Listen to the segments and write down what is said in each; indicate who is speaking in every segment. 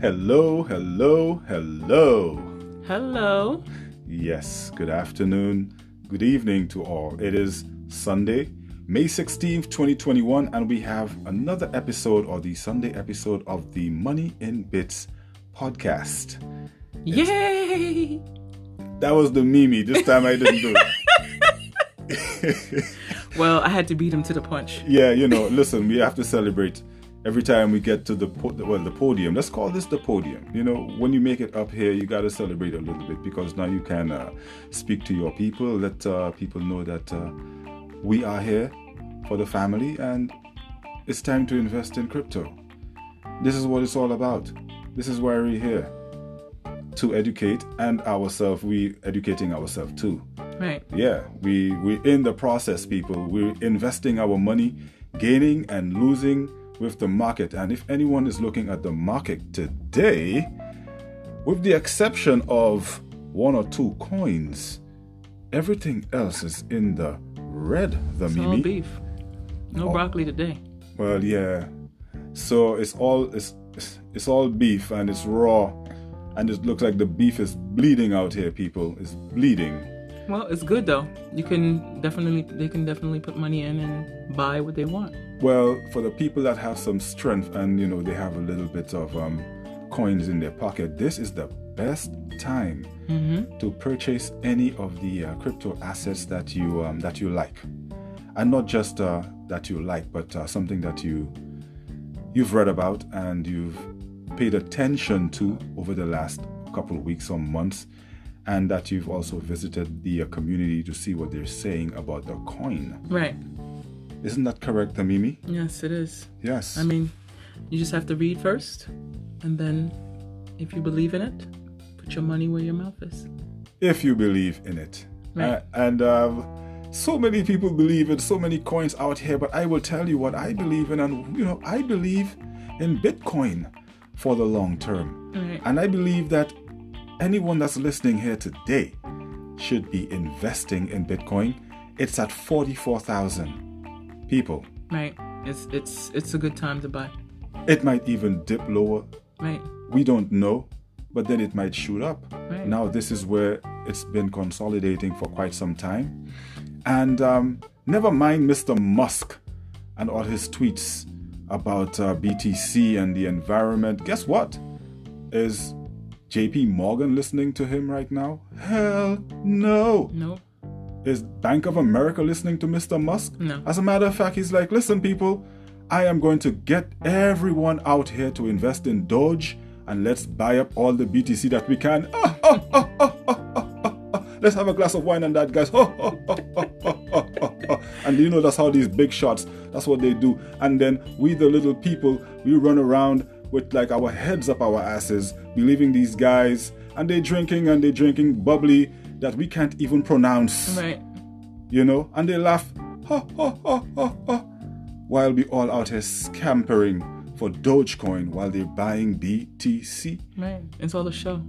Speaker 1: Hello, hello, hello.
Speaker 2: Hello.
Speaker 1: Yes, good afternoon, good evening to all. It is Sunday, May 16th, 2021, and we have another episode or the Sunday episode of the Money in Bits podcast.
Speaker 2: Yay!
Speaker 1: That was the Mimi. This time I didn't do it.
Speaker 2: Well, I had to beat him to the punch.
Speaker 1: yeah, you know, listen, we have to celebrate every time we get to the po- well, the podium. Let's call this the podium. You know, when you make it up here, you got to celebrate a little bit because now you can uh, speak to your people, let uh, people know that uh, we are here for the family, and it's time to invest in crypto. This is what it's all about. This is why we're here to educate and ourselves. We educating ourselves too
Speaker 2: Right.
Speaker 1: yeah we we're in the process people we're investing our money gaining and losing with the market and if anyone is looking at the market today with the exception of one or two coins everything else is in the red the
Speaker 2: It's all
Speaker 1: mimi
Speaker 2: beef. No broccoli today.
Speaker 1: well, yeah. So it's all it's it's all beef and it's raw, and it looks like the beef is bleeding out here, people. It's bleeding.
Speaker 2: Well, it's good though. You can definitely, they can definitely put money in and buy what they want.
Speaker 1: Well, for the people that have some strength and you know they have a little bit of um, coins in their pocket, this is the best time to purchase any of the uh, crypto assets that you um, that you like, and not just uh, that you like, but uh, something that you you've read about and you've paid attention to over the last couple of weeks or months, and that you've also visited the uh, community to see what they're saying about the coin.
Speaker 2: Right.
Speaker 1: Isn't that correct, Tamimi?
Speaker 2: Yes, it is.
Speaker 1: Yes.
Speaker 2: I mean, you just have to read first, and then if you believe in it, put your money where your mouth is.
Speaker 1: if you believe in it.
Speaker 2: Right.
Speaker 1: Uh, and um, so many people believe in so many coins out here, but I will tell you what I believe in, and you know, I believe in Bitcoin for the long term.
Speaker 2: Right.
Speaker 1: And I believe that anyone that's listening here today should be investing in Bitcoin. It's at 44,000 people.
Speaker 2: Right. It's it's it's a good time to buy.
Speaker 1: It might even dip lower
Speaker 2: Right.
Speaker 1: we don't know, but then it might shoot up.
Speaker 2: Right.
Speaker 1: Now, this is where it's been consolidating for quite some time. And um, never mind Mr. Musk and all his tweets about uh, BTC and the environment. Guess what? Is JP Morgan listening to him right now? Hell no.
Speaker 2: No.
Speaker 1: Is Bank of America listening to Mr. Musk?
Speaker 2: No.
Speaker 1: As a matter of fact, he's like, listen, people, I am going to get everyone out here to invest in Doge and let's buy up all the BTC that we can. Ah, ah, ah, ah, ah, ah, ah, ah. Let's have a glass of wine on that, guys. Ah, ah, ah, ah, ah, ah, ah, ah. and you know, that's how these big shots, that's what they do. And then we, the little people, we run around with like our heads up our asses, believing these guys, and they drinking and they drinking bubbly that we can't even pronounce
Speaker 2: Right.
Speaker 1: you know, and they laugh, ha ha ha ha ha, while we all out here scampering for Dogecoin while they're buying BTC.
Speaker 2: Right. It's all a show.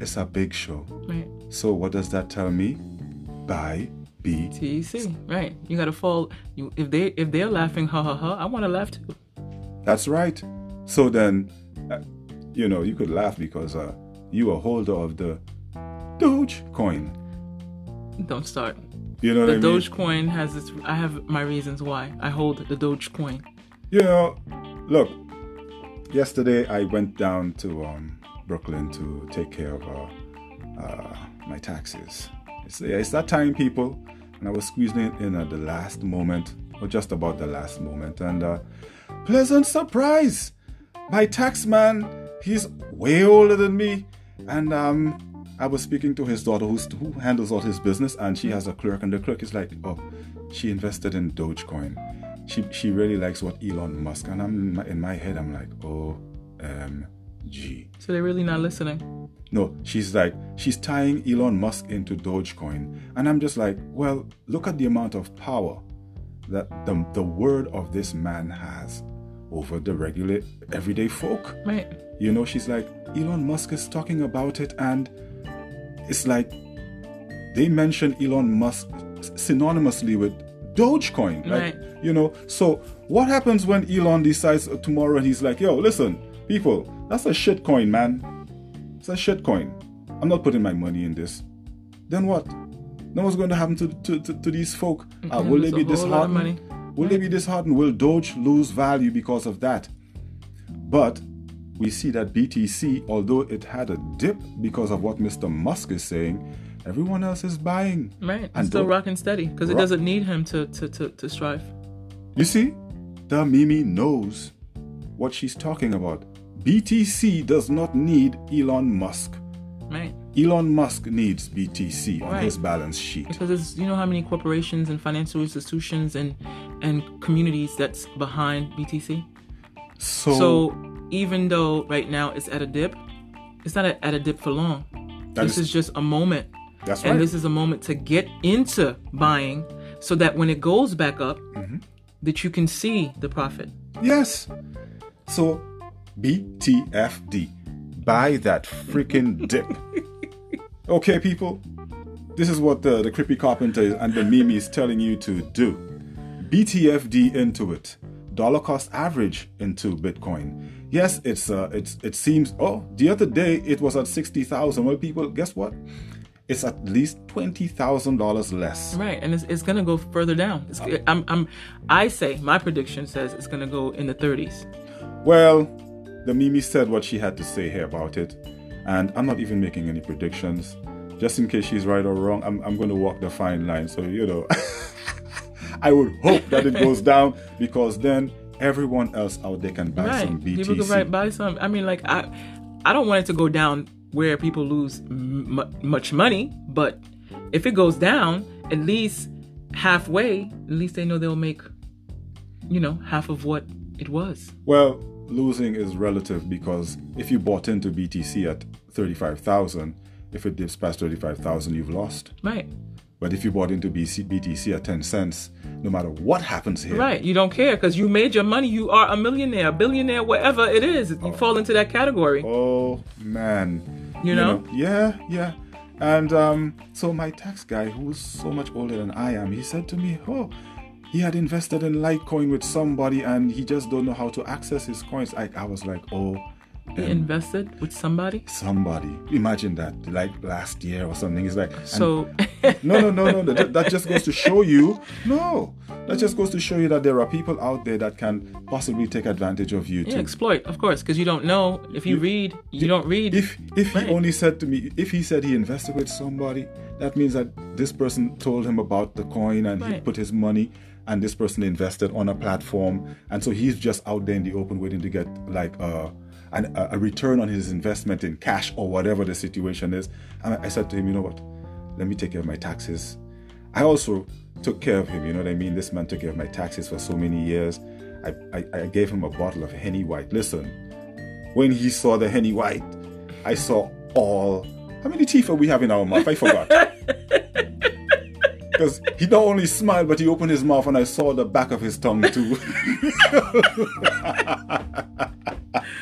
Speaker 1: It's a big show.
Speaker 2: Right.
Speaker 1: So what does that tell me? Buy BTC.
Speaker 2: TEC. Right. You gotta fall. You if they if they're laughing, ha ha ha. I wanna laugh too.
Speaker 1: That's right. So then, uh, you know, you could laugh because uh, you a holder of the Dogecoin.
Speaker 2: Don't start.
Speaker 1: You know
Speaker 2: The
Speaker 1: what I mean?
Speaker 2: Dogecoin has its. I have my reasons why I hold the Dogecoin.
Speaker 1: you know, look. Yesterday I went down to um, Brooklyn to take care of uh, uh, my taxes. It's, yeah, it's that time, people, and I was squeezing it in at the last moment, or just about the last moment, and uh, pleasant surprise! My tax man, he's way older than me, and um, I was speaking to his daughter, who's, who handles all his business, and she has a clerk, and the clerk is like, "Oh, she invested in Dogecoin. She she really likes what Elon Musk." And I'm in my, in my head, I'm like, "O M G."
Speaker 2: So they're really not listening.
Speaker 1: No, she's like, she's tying Elon Musk into Dogecoin. And I'm just like, well, look at the amount of power that the, the word of this man has over the regular everyday folk.
Speaker 2: Right.
Speaker 1: You know, she's like, Elon Musk is talking about it, and it's like they mention Elon Musk synonymously with Dogecoin. Like,
Speaker 2: Right.
Speaker 1: You know, so what happens when Elon decides tomorrow and he's like, yo, listen, People, that's a shit coin, man. It's a shit coin. I'm not putting my money in this. Then what? Then what's going to happen to to, to, to these folk? Uh, will they
Speaker 2: It's
Speaker 1: be
Speaker 2: a whole lot of
Speaker 1: disheartened? Will they be disheartened? Will Doge lose value because of that? But we see that BTC, although it had a dip because of what Mr. Musk is saying, everyone else is buying.
Speaker 2: Right. It's
Speaker 1: And
Speaker 2: still
Speaker 1: don't-
Speaker 2: rocking steady because it
Speaker 1: Rock-
Speaker 2: doesn't need him to, to, to, to strive.
Speaker 1: You see, the Mimi knows what she's talking about. BTC does not need Elon Musk.
Speaker 2: Right.
Speaker 1: Elon Musk needs BTC on
Speaker 2: Right.
Speaker 1: his balance sheet.
Speaker 2: Because it's, you know how many corporations and financial institutions and, and communities that's behind BTC?
Speaker 1: So,
Speaker 2: So even though right now it's at a dip, it's not at a dip for long.
Speaker 1: That
Speaker 2: this
Speaker 1: is-
Speaker 2: is, just a moment.
Speaker 1: that's right.
Speaker 2: And this is a moment to get into buying so that when it goes back up, that you can see the profit.
Speaker 1: Yes. So, BTFD. Buy that freaking dip. okay, people. This is what the, the creepy carpenter and the meme is telling you to do. BTFD into it. Dollar cost average into Bitcoin. Yes, it's uh, it's it seems. Oh, the other day it was at sixty thousand. Well, people, guess what? It's at least twenty thousand dollars less.
Speaker 2: Right. And it's, it's going to go further down. It's, I'm, I'm, I say, my prediction says it's going to go in the 30s.
Speaker 1: Well, the Mimi said what she had to say here about it, and I'm not even making any predictions. Just in case she's right or wrong, I'm, I'm going to walk the fine line. So, you know, I would hope that it goes down because then everyone else out there can buy some
Speaker 2: Right. People
Speaker 1: BTC.
Speaker 2: could buy, buy some. I mean, like, I, I don't want it to go down where people lose m- m- much money, but if it goes down, at least halfway, at least they know they'll make, you know, half of what it was.
Speaker 1: Well, losing is relative because if you bought into BTC at 35,000, if it dips past 35,000, you've lost.
Speaker 2: Right.
Speaker 1: But if you bought into BC, BTC at 10 cents, no matter what happens here,
Speaker 2: Right. You don't care because you made your money. You are a millionaire, billionaire, whatever it is. You fall into that category.
Speaker 1: Oh man.
Speaker 2: You know?
Speaker 1: Yeah, yeah. And um, so my tax guy, who's so much older than I am, he said to me, "Oh, he had invested in Litecoin with somebody, and he just don't know how to access his coins." I, I was like, "Oh,
Speaker 2: He invested with somebody.
Speaker 1: somebody! Imagine that, like last year or something." It's like, and-
Speaker 2: So,
Speaker 1: no, no, no, no. no. That, that just goes to show you, no, that just goes to show you that there are people out there that can possibly take advantage of you
Speaker 2: yeah,
Speaker 1: too.
Speaker 2: exploit, of course, because you don't know. If you read, you don't read.
Speaker 1: if if
Speaker 2: Right.
Speaker 1: he only said to me if he said he invested with somebody that means that this person told him about the coin and he
Speaker 2: Right.
Speaker 1: put his money and this person invested on a platform and so he's just out there in the open waiting to get like uh an, a a return on his investment in cash or whatever the situation is and i I said to him you know what let me take care of my taxes i also took care of him you know what i mean this man took care of my taxes for so many years i i, I gave him a bottle of henny white listen when he saw the Henny White, I saw all. How many teeth are we have in our mouth? I forgot. Because he not only smiled, but he opened his mouth and I saw the back of his tongue too.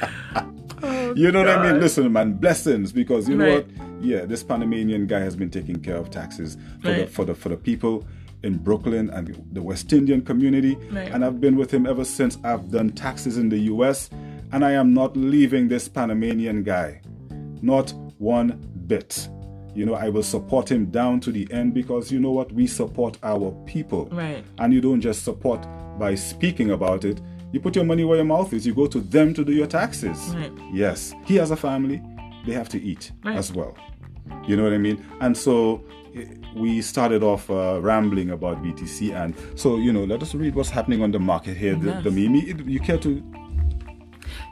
Speaker 1: you know what I mean? Listen, man, blessings because you know
Speaker 2: Oh, Right.
Speaker 1: what? Yeah, this Panamanian guy has been taking care of taxes for, the,
Speaker 2: Right.
Speaker 1: for, the, for the people in Brooklyn and the- the West Indian community.
Speaker 2: Right.
Speaker 1: And I've been with him ever since I've done taxes in the US, and I am not leaving this Panamanian guy. Not one bit. You know, I will support him down to the end because you know what? We support our people.
Speaker 2: Right.
Speaker 1: And you don't just support by speaking about it. You put your money where your mouth is. You go to them to do your taxes.
Speaker 2: Right.
Speaker 1: Yes. He has a family. They have to eat
Speaker 2: Right.
Speaker 1: as well. You know what I mean? And so eh, we started off uh, rambling about BTC. And so, you know, let us read what's happening on the market here. The, the
Speaker 2: Yes.
Speaker 1: Mimi, it- you care to.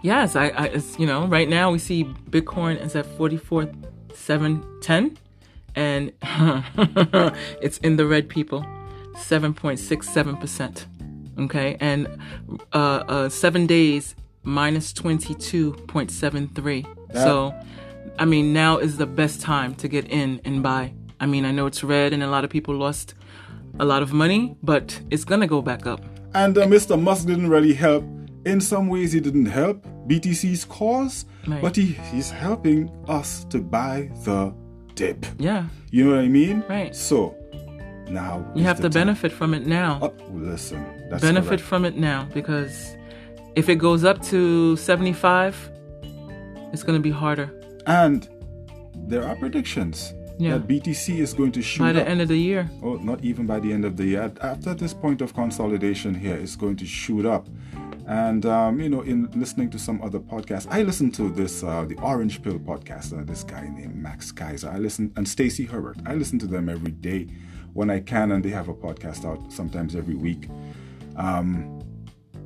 Speaker 2: Yes, I, I it's, you know, right now we see Bitcoin is at 44,710 and it's in the red people, 7.67%. Okay. And uh, uh, seven days minus 22.73. So, I mean, now is the best time to get in and buy. I mean, I know it's red and a lot of people lost a lot of money, but it's going to go back up.
Speaker 1: And uh, Mr. Musk didn't really help. In some ways, he didn't help BTC's cause,
Speaker 2: Right.
Speaker 1: but he, he's helping us to buy the dip.
Speaker 2: Yeah.
Speaker 1: You know what I mean?
Speaker 2: Right.
Speaker 1: So now
Speaker 2: You have to benefit from it now.
Speaker 1: Up, Oh, listen. That's
Speaker 2: benefit
Speaker 1: correct.
Speaker 2: from it now because if it goes up to 75 It's going to be harder.
Speaker 1: And there are predictions
Speaker 2: Yeah.
Speaker 1: that BTC is going to shoot
Speaker 2: By
Speaker 1: up.
Speaker 2: the end of the year,
Speaker 1: oh, not even by the end of the year. At- After this point of consolidation here, it's going to shoot up. And um, you know, in listening to some other podcasts, I listened to this uh, the Orange Pill podcast. Uh, this guy named Max Kaiser. I listen and Stacy Herbert. I listen to them every day when I can, and they have a podcast out sometimes every week. Um,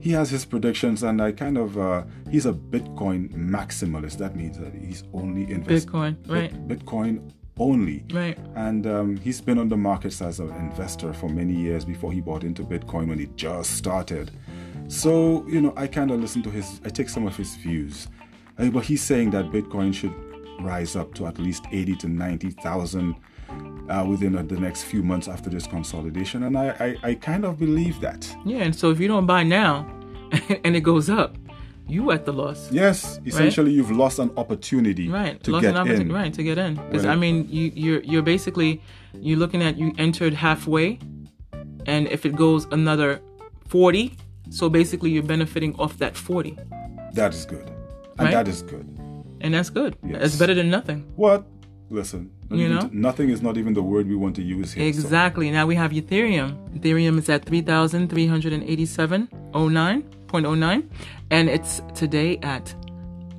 Speaker 1: he has his predictions, and I kind of uh, he's a Bitcoin maximalist. That means that he's only investing
Speaker 2: Bitcoin, right?
Speaker 1: Bitcoin only
Speaker 2: Right.
Speaker 1: and um, he's been on the markets as an investor for many years before he bought into Bitcoin when it just started. So you know, I kind of listen to his, I take some of his views, Uh, but he's saying that Bitcoin should rise up to at least eighty to ninety thousand uh, within uh, the next few months after this consolidation, and I, I, I kind of believe that.
Speaker 2: Yeah, and so if you don't buy now and it goes up, you at the loss.
Speaker 1: Yes, essentially, you've lost an opportunity
Speaker 2: Right.
Speaker 1: to
Speaker 2: loss
Speaker 1: get
Speaker 2: an opportunity,
Speaker 1: in.
Speaker 2: right, to get in. 'Cause,
Speaker 1: When
Speaker 2: I
Speaker 1: it-
Speaker 2: mean, you you're you're basically you're looking at you entered halfway and if it goes another 40, so basically you're benefiting off that 40.
Speaker 1: That is good, and
Speaker 2: Right.
Speaker 1: that is good.
Speaker 2: And that's good. That's
Speaker 1: Yes.
Speaker 2: better than nothing.
Speaker 1: What? Listen, not
Speaker 2: You
Speaker 1: even-
Speaker 2: know?
Speaker 1: nothing is not even the word we want to use here. so-
Speaker 2: Exactly. Now we have Ethereum. Ethereum is at 3,387.09, and it's today at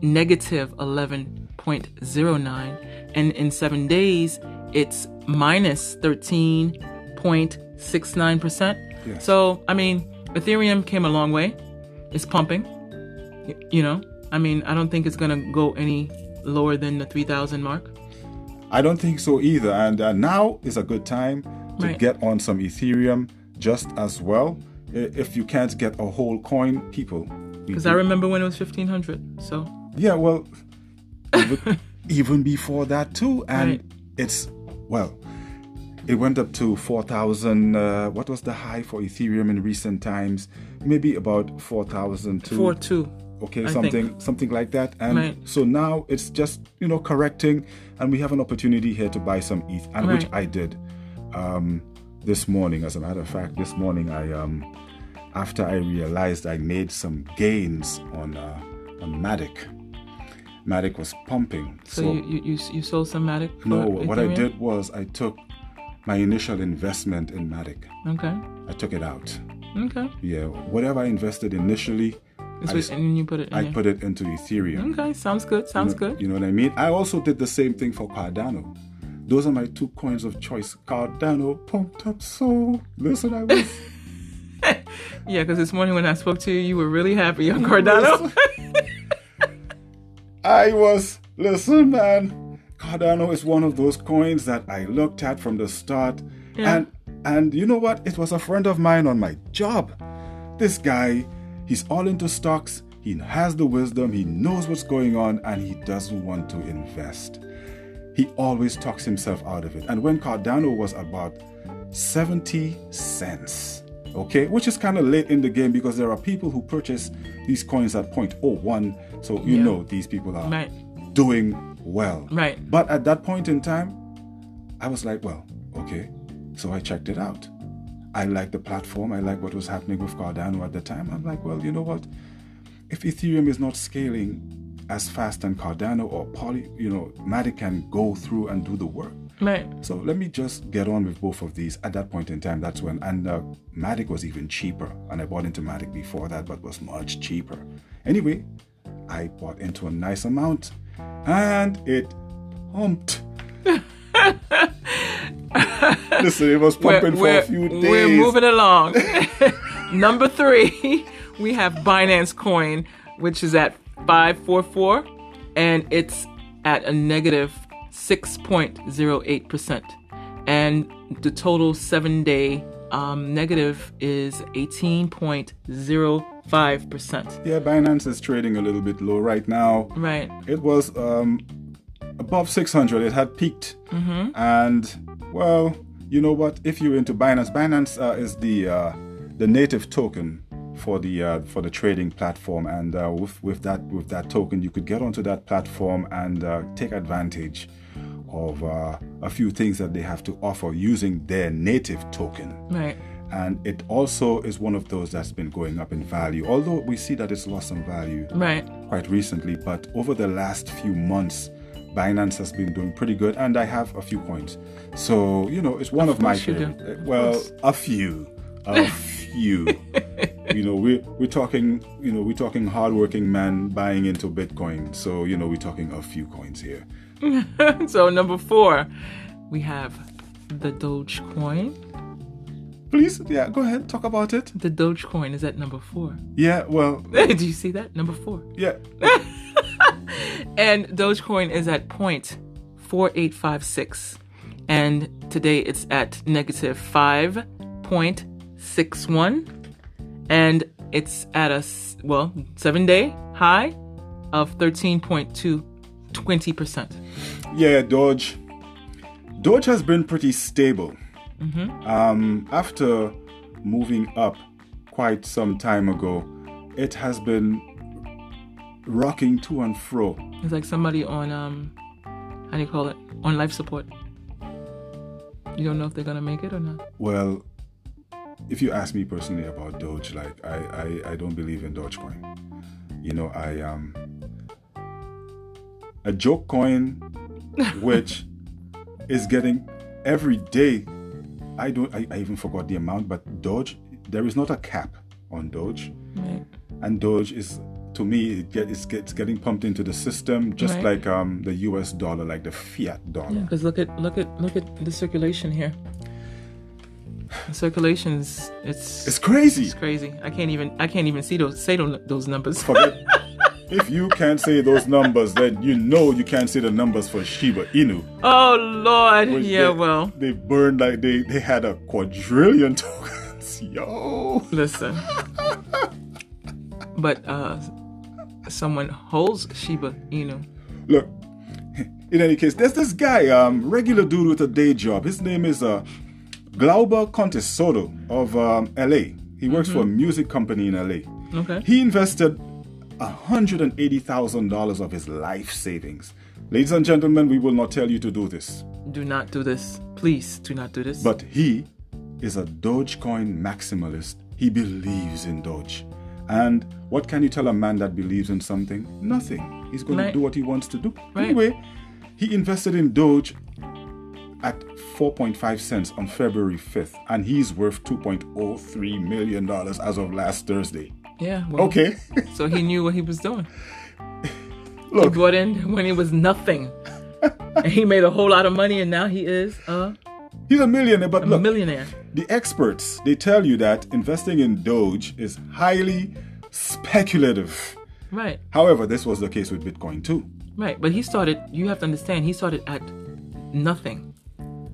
Speaker 2: negative 11.09. And in seven days, it's minus 13.69%.
Speaker 1: Yes.
Speaker 2: So, I mean, Ethereum came a long way. It's pumping. Y- You know, I mean, I don't think it's going to go any lower than the 3,000 mark.
Speaker 1: I don't think so either. And uh, now is a good time to
Speaker 2: Right.
Speaker 1: get on some Ethereum just as well. I- If you can't get a whole coin, people. we
Speaker 2: Because
Speaker 1: do-
Speaker 2: I remember when it was 1,500. So,
Speaker 1: Yeah, well, even, even before that too, and
Speaker 2: Right.
Speaker 1: it's well, it went up to four thousand. Uh, what was the high for Ethereum in recent times? Maybe about four thousand two.
Speaker 2: four two.
Speaker 1: okay
Speaker 2: I
Speaker 1: something
Speaker 2: think.
Speaker 1: something like that and
Speaker 2: Right.
Speaker 1: so now it's just you know correcting and we have an opportunity here to buy some eth and which
Speaker 2: Right.
Speaker 1: i did um this morning as a matter of fact this morning i um after i realized i made some gains on uh on matic matic was pumping
Speaker 2: So, you, you you you sold some Matic? for
Speaker 1: no what i
Speaker 2: Ethereum?
Speaker 1: did was i took my initial investment in matic
Speaker 2: Okay.
Speaker 1: i took it out
Speaker 2: Okay.
Speaker 1: yeah whatever i invested initially
Speaker 2: That's
Speaker 1: I
Speaker 2: what,
Speaker 1: s-
Speaker 2: and then you put it in
Speaker 1: i
Speaker 2: there.
Speaker 1: put it into ethereum
Speaker 2: okay. Sounds good. Sounds
Speaker 1: know-
Speaker 2: good.
Speaker 1: You know what I mean? I also did the same thing for Cardano. Those are my two coins of choice. Cardano pumped up so. Listen, I was.
Speaker 2: Yeah, because this morning when I spoke to you, you were really happy on Cardano.
Speaker 1: I was. Listen, man. Cardano is one of those coins that I looked at from the start,
Speaker 2: Yeah.
Speaker 1: and and you know what? It was a friend of mine on my job. This guy, he's all into stocks. He has the wisdom. He knows what's going on, and he doesn't want to invest. he always talks himself out of it. And when Cardano was about 70 cents, okay, which is kind of late in the game because there are people who purchase these coins at 0.01. So you
Speaker 2: Yeah.
Speaker 1: know these people are
Speaker 2: right.
Speaker 1: doing well.
Speaker 2: Right.
Speaker 1: But at that point in time, I was like, well, okay. So I checked it out. I liked the platform. I liked what was happening with Cardano at the time. I'm like, well, you know what? If Ethereum is not scaling as fast and Cardano or Poly, you know, Matic can go through and do the work.
Speaker 2: Right.
Speaker 1: So let me just get on with both of these. At that point in time, that's when and uh, Matic was even cheaper, and I bought into Matic before that, but was much cheaper. Anyway, I bought into a nice amount, and it pumped. Listen, it was pumping for a few days.
Speaker 2: we're moving along. Number three, we have Binance Coin, which is at 544, and it's at a negative 6.08%. And the total seven day um, negative is 18.05%.
Speaker 1: yeah, Binance is trading a little bit low right now.
Speaker 2: Right.
Speaker 1: It was um, above 600. It had peaked. And, well, you know what? If you're into Binance, Binance uh, is the uh, the native token for the uh, for the trading platform. And uh, with, with that with that token, you could get onto that platform and uh, take advantage of uh, a few things that they have to offer using their native token
Speaker 2: Right.
Speaker 1: and it also is one of those that's been going up in value although we see that it's lost some value
Speaker 2: Right.
Speaker 1: quite recently, but over the last few months, Binance has been doing pretty good, and I have a few coins. So you know, it's one of, my
Speaker 2: course you do.
Speaker 1: favorite. uh,
Speaker 2: Of
Speaker 1: Well,
Speaker 2: course.
Speaker 1: a few, a few. You know, we're we're talking. You know, we're talking hardworking men buying into Bitcoin. So you know, we're talking a few coins here.
Speaker 2: so number four, we have the Dogecoin.
Speaker 1: Please, yeah, go ahead, talk about it.
Speaker 2: The Dogecoin is at number four.
Speaker 1: Yeah, well,
Speaker 2: Do you see that? Number four.
Speaker 1: yeah,
Speaker 2: And Dogecoin is at point four eight five six, and today it's at negative five point six one, and it's at a s- well seven day high of thirteen point two twenty percent.
Speaker 1: yeah, Doge. Doge has been pretty stable. Um, after moving up quite some time ago, it has been rocking to and fro.
Speaker 2: It's like somebody on um, how do you call it? On life support. You don't know if they're gonna make it or not.
Speaker 1: Well, if you ask me personally about Doge, like I, I, I don't believe in Dogecoin. You know, I um a joke coin which is getting every day I don't I, I even forgot the amount, but Doge there is not a cap on Doge.
Speaker 2: Right.
Speaker 1: And Doge is to me it get, it's, it's getting pumped into the system just
Speaker 2: Right.
Speaker 1: like um the US dollar, like the fiat dollar.
Speaker 2: Because look at look at look at the circulation here. The circulation's it's
Speaker 1: It's crazy.
Speaker 2: It's crazy. I can't even I can't even see those say those, those numbers.
Speaker 1: Forget. if you can't say those numbers, then you know you can't say the numbers for Shiba Inu.
Speaker 2: Oh Lord.
Speaker 1: which
Speaker 2: yeah,
Speaker 1: they-
Speaker 2: well.
Speaker 1: they burned like they they had a quadrillion tokens. Yo,
Speaker 2: Listen. but uh someone holds Shiba Inu.
Speaker 1: look. In any case, there's this guy, um, regular dude with a day job. His name is uh, Glauber Contesoto of um, LA. He works for a
Speaker 2: Mm-hmm.
Speaker 1: music company in LA.
Speaker 2: Okay.
Speaker 1: He invested $180,000 of his life savings. Ladies and gentlemen, we will not tell you to do this.
Speaker 2: Do not do this. Please do not do this.
Speaker 1: But he is a Dogecoin maximalist. He believes in Doge. And what can you tell a man that believes in something? Nothing. He's going to
Speaker 2: Right.
Speaker 1: do what he wants to do.
Speaker 2: Right.
Speaker 1: Anyway, he invested in Doge at 4.5 cents on February 5th, and he's worth $2.03 million as of last Thursday.
Speaker 2: yeah, well,
Speaker 1: Okay,
Speaker 2: so he knew what he was doing. He
Speaker 1: look,
Speaker 2: bought in when he was nothing. and he made a whole lot of money and now he is a
Speaker 1: he's a millionaire, but look,
Speaker 2: millionaire.
Speaker 1: The experts, they tell you that investing in Doge is highly speculative.
Speaker 2: Right.
Speaker 1: However, this was the case with Bitcoin too.
Speaker 2: Right, but he started. You have to understand. He started at nothing,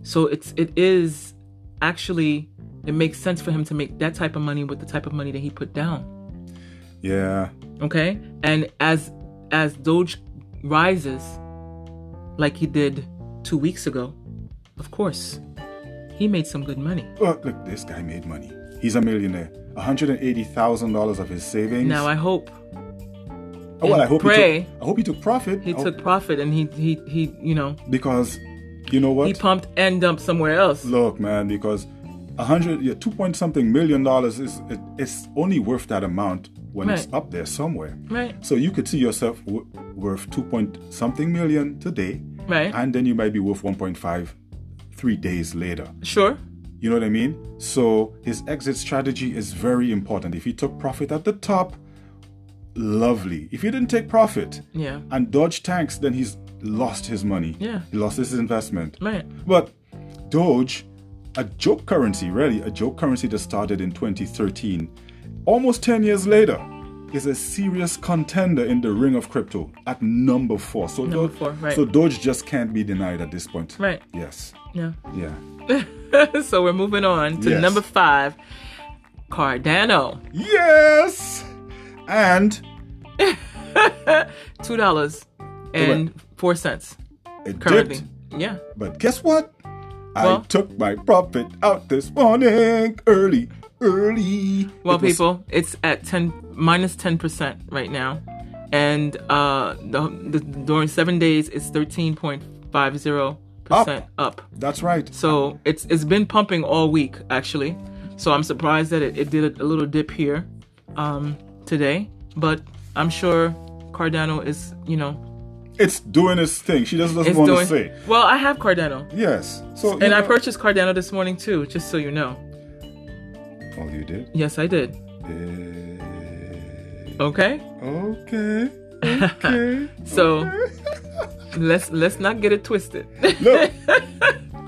Speaker 2: so it's it is actually it makes sense for him to make that type of money with the type of money that he put down.
Speaker 1: Yeah.
Speaker 2: Okay, and as as Doge rises, like he did two weeks ago, of course, he made some good money.
Speaker 1: But look, this guy made money. He's a millionaire. $180,000 of his savings.
Speaker 2: Now I hope
Speaker 1: oh, well, I hope
Speaker 2: pray
Speaker 1: he took, I hope he took profit.
Speaker 2: he
Speaker 1: I hope-
Speaker 2: took profit and he he he you know
Speaker 1: because you know
Speaker 2: he
Speaker 1: what?
Speaker 2: pumped and dumped somewhere else.
Speaker 1: look, man, because 100 yeah, 2 point something million dollars is it, it's only worth that amount when it's
Speaker 2: Right.
Speaker 1: up there somewhere.
Speaker 2: Right,
Speaker 1: So you could see yourself w- worth 2 point something million today
Speaker 2: right,
Speaker 1: and then you might be worth 1.5 three days later.
Speaker 2: sure,
Speaker 1: You know what I mean? So his exit strategy is very important. If he took profit at the top, lovely. If he didn't take profit
Speaker 2: yeah,
Speaker 1: and Doge tanks, then he's lost his money.
Speaker 2: Yeah.
Speaker 1: He lost his investment.
Speaker 2: right,
Speaker 1: But Doge, a joke currency, really, a joke currency that started in 2013, almost 10 years later, is a serious contender in the ring of crypto at number four. So,
Speaker 2: Number
Speaker 1: Doge,
Speaker 2: four, right.
Speaker 1: so Doge just can't be denied at this point.
Speaker 2: right,
Speaker 1: Yes.
Speaker 2: yeah.
Speaker 1: Yeah.
Speaker 2: so we're moving on to
Speaker 1: Yes.
Speaker 2: number five, Cardano.
Speaker 1: Yes! And
Speaker 2: Two dollars and four cents
Speaker 1: it
Speaker 2: currently.
Speaker 1: dipped.
Speaker 2: Yeah.
Speaker 1: But guess what? I
Speaker 2: Well-
Speaker 1: took my profit out this morning early, early.
Speaker 2: Well,
Speaker 1: It was-
Speaker 2: people, it's at ten minus ten percent right now, and uh, the, the, during seven days, it's thirteen point five zero percent up.
Speaker 1: That's right.
Speaker 2: So it's it's been pumping all week actually. So I'm surprised that it, it did a, a little dip here um, today, but I'm sure Cardano is, you know,
Speaker 1: It's doing its thing. She just doesn't
Speaker 2: is
Speaker 1: want to
Speaker 2: doing.
Speaker 1: say.
Speaker 2: Well, I have Cardano,
Speaker 1: Yes. So you
Speaker 2: and I
Speaker 1: know-
Speaker 2: purchased Cardano this morning too, just so you know.
Speaker 1: Oh, you did.
Speaker 2: Yes, I did.
Speaker 1: Eh,
Speaker 2: Okay,
Speaker 1: Okay. Okay.
Speaker 2: So-
Speaker 1: okay.
Speaker 2: let's let's not get it twisted.
Speaker 1: Look,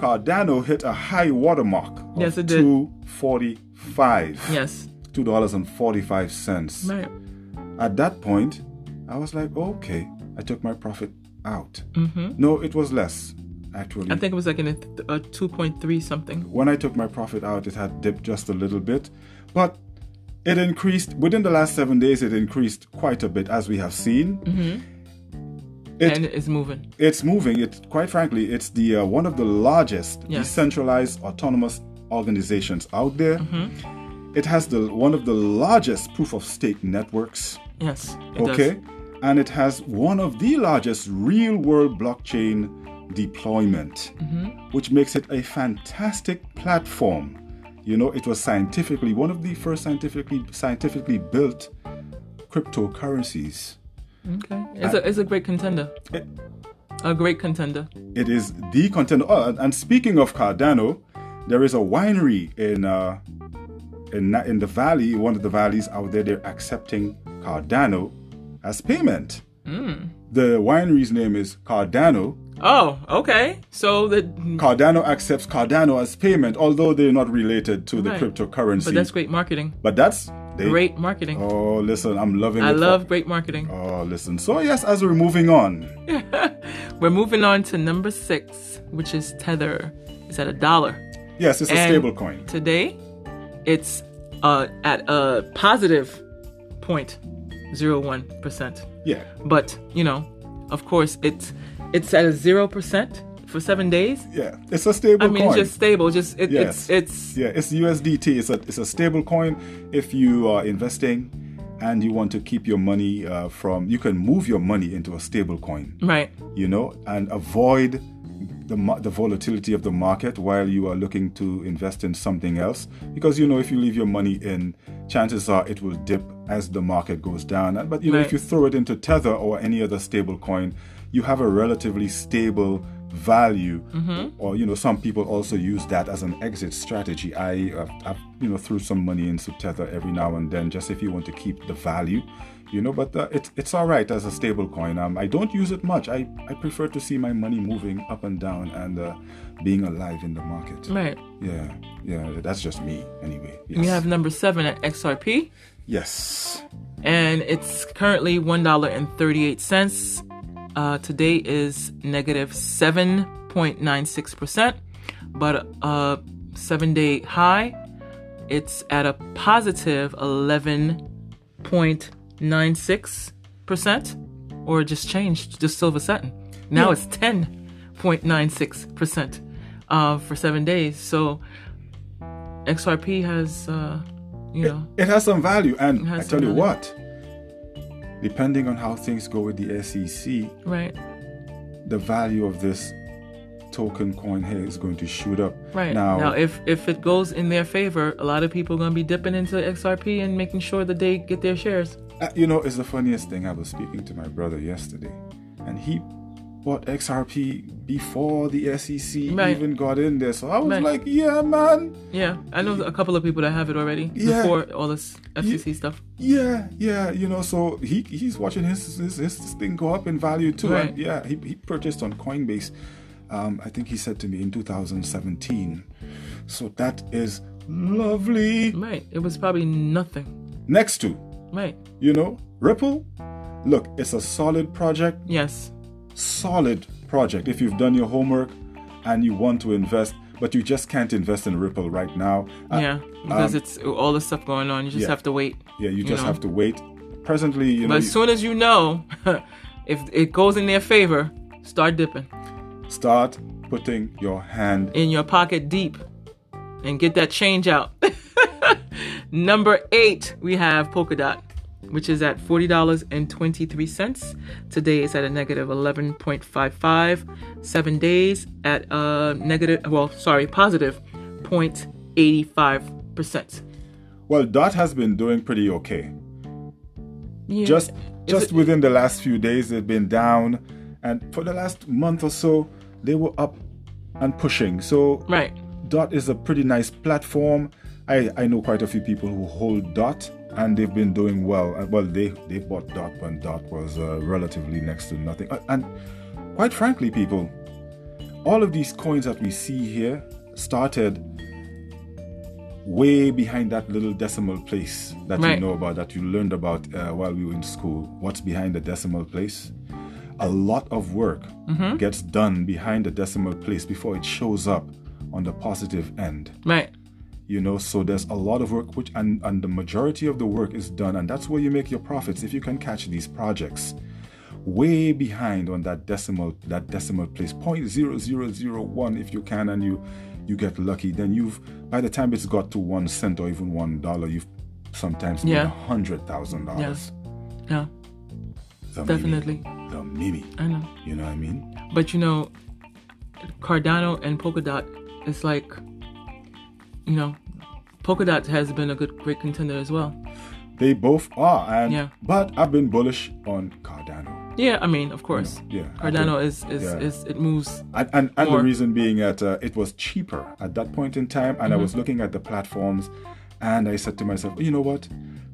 Speaker 1: Cardano hit a high watermark. Of
Speaker 2: Yes, it did.
Speaker 1: Two forty-five.
Speaker 2: yes,
Speaker 1: Two dollars and forty-five cents.
Speaker 2: right.
Speaker 1: At that point, I was like, okay. I took my profit out.
Speaker 2: Mm-hmm.
Speaker 1: No, it was less, actually.
Speaker 2: I think it was like in a, th- a two point three something.
Speaker 1: when I took my profit out, it had dipped just a little bit, but it increased within the last seven days. It increased quite a bit, as we have seen.
Speaker 2: Mm-hmm.
Speaker 1: It-
Speaker 2: and it's moving.
Speaker 1: It's moving. It, quite frankly, it's the uh, one of the largest
Speaker 2: Yes.
Speaker 1: decentralized autonomous organizations out there.
Speaker 2: Mm-hmm.
Speaker 1: It has the one of the largest proof of stake networks.
Speaker 2: Yes. It
Speaker 1: Okay,
Speaker 2: Does.
Speaker 1: and it has one of the largest real world blockchain deployment,
Speaker 2: Mm-hmm.
Speaker 1: which makes it a fantastic platform. You know, it was scientifically one of the first scientifically scientifically built cryptocurrencies.
Speaker 2: Okay. It's a it's a great contender.
Speaker 1: It-
Speaker 2: A great contender.
Speaker 1: It is the contender. Oh, and- and speaking of Cardano, there is a winery in uh, in Na- in the valley, one of the valleys out there. They're accepting Cardano as payment.
Speaker 2: Mm.
Speaker 1: The winery's name is Cardano.
Speaker 2: Oh, okay. So the
Speaker 1: Cardano accepts Cardano as payment, although they're not related to the
Speaker 2: Right.
Speaker 1: cryptocurrency.
Speaker 2: but that's great marketing.
Speaker 1: But that's- they,
Speaker 2: Great marketing.
Speaker 1: Oh, listen, I'm loving
Speaker 2: I
Speaker 1: it. for-
Speaker 2: love great marketing.
Speaker 1: Oh, listen. So yes, as we're moving on, Oh.
Speaker 2: We're moving on to number six, which is Tether. It's at a dollar.
Speaker 1: yes, it's a
Speaker 2: And-
Speaker 1: stable coin.
Speaker 2: Today, it's uh, at a positive 0.01%.
Speaker 1: Yeah,
Speaker 2: But, you know, of course, it's it's at a 0% for seven days.
Speaker 1: yeah, it's a stable
Speaker 2: I mean,
Speaker 1: coin.
Speaker 2: it's just stable. Just it,
Speaker 1: Yes.
Speaker 2: It's, it's
Speaker 1: Yeah, it's USDT. It's a it's a stable coin. If you are investing and you want to keep your money uh, from, you can move your money into a stable coin.
Speaker 2: right.
Speaker 1: you know, and avoid the, mar- the volatility of the market while you are looking to invest in something else. Because, you know, if you leave your money in, chances are it will dip as the market goes down. And- But, you know, if
Speaker 2: Right.
Speaker 1: you throw it into Tether or any other stable coin, you have a relatively stable value or you know some people also use that as an exit strategy i uh, I've, you know threw some money into tether every now and then just if you want to keep the value you know but uh, it's it's all right as a stable coin um, i don't use it much I, I prefer to see my money moving up and down and uh, being alive in the market
Speaker 2: Right.
Speaker 1: yeah yeah that's just me anyway yes
Speaker 2: We have number seven at XRP.
Speaker 1: yes
Speaker 2: and it's currently one dollar and thirty eight cents. Uh, today is negative seven point nine six percent, but uh seven day high, it's at a positive eleven point nine six percent, or just changed, just silver satin. Now it's ten point nine six percent uh, for seven days. So XRP has, uh, you know,
Speaker 1: it has some value and i
Speaker 2: has
Speaker 1: tell
Speaker 2: some
Speaker 1: you
Speaker 2: value.
Speaker 1: what depending on how things go with the sec
Speaker 2: right.
Speaker 1: the value of this token coin here is going to shoot up.
Speaker 2: Right.
Speaker 1: Now,
Speaker 2: Now, if if it goes in their favor, a lot of people are going to be dipping into XRP and making sure that they get their shares.
Speaker 1: uh, you know, it's the funniest thing. I was speaking to my brother yesterday, and he bought XRP before the SEC
Speaker 2: Right.
Speaker 1: even got in there. So I was
Speaker 2: Right.
Speaker 1: like, yeah, man.
Speaker 2: Yeah, I know a couple of people that have it already
Speaker 1: Yeah.
Speaker 2: before all this FCC stuff.
Speaker 1: Yeah, yeah, you know, so he he's watching his his, his thing go up in value too.
Speaker 2: Right.
Speaker 1: And yeah, he, he purchased on Coinbase. Um, I think he said to me in 2017. So that is lovely.
Speaker 2: Right. It was probably nothing.
Speaker 1: Next to
Speaker 2: Right.
Speaker 1: you know ripple look it's a solid project
Speaker 2: Yes.
Speaker 1: solid project if you've done your homework and you want to invest but you just can't invest in ripple right now Uh,
Speaker 2: yeah. Because it's all this stuff going on. You just
Speaker 1: yeah.
Speaker 2: have to wait.
Speaker 1: yeah you just
Speaker 2: know.
Speaker 1: have to wait presently you know
Speaker 2: But as soon as you know, if it goes in their favor, start dipping
Speaker 1: you start putting your hand
Speaker 2: in your pocket deep, and get that change out. Number eight, we have Polkadot, which is at $40.23. Today it's at a negative 11.55. Seven days at a negative, well, sorry, positive 0.85%.
Speaker 1: well dot has been doing pretty okay
Speaker 2: Yeah.
Speaker 1: Just
Speaker 2: Is
Speaker 1: just
Speaker 2: it-
Speaker 1: within the last few days, they've been down, and for the last month or so, they were up and pushing. So
Speaker 2: right.
Speaker 1: Dot is a pretty nice platform. I, I know quite a few people who hold Dot and they've been doing well. Uh, Well, they, they bought Dot when Dot was uh, relatively next to nothing. Uh, And quite frankly, people, all of these coins that we see here started way behind that little decimal place that you
Speaker 2: Right.
Speaker 1: know about, that you learned about uh, while we were in school. What's behind the decimal place? a lot of work gets done behind the decimal place before it shows up on the positive end
Speaker 2: Right.
Speaker 1: you know so there's a lot of work which and, and the majority of the work is done and that's where you make your profits if you can catch these projects way behind on that decimal that decimal place 0.0001 if you can and you you get lucky then you've by the time it's got to one cent or even one dollar you've sometimes made
Speaker 2: Yeah.
Speaker 1: a hundred thousand dollars
Speaker 2: Yeah.
Speaker 1: The mimi.
Speaker 2: Definitely.
Speaker 1: the mimi
Speaker 2: I know.
Speaker 1: you know what i mean
Speaker 2: But you know, Cardano and Polkadot is like, you know, Polkadot has been a good, great contender as well.
Speaker 1: They both are, and
Speaker 2: Yeah.
Speaker 1: but I've been bullish on Cardano.
Speaker 2: Yeah, I mean, of course.
Speaker 1: Mm, Yeah, I've been-
Speaker 2: Cardano is is,
Speaker 1: yeah.
Speaker 2: is it moves
Speaker 1: and and, and the
Speaker 2: More.
Speaker 1: reason being that uh, it was cheaper at that point in time, and I was
Speaker 2: Mm-hmm.
Speaker 1: looking at the platforms, and I said to myself, you know what,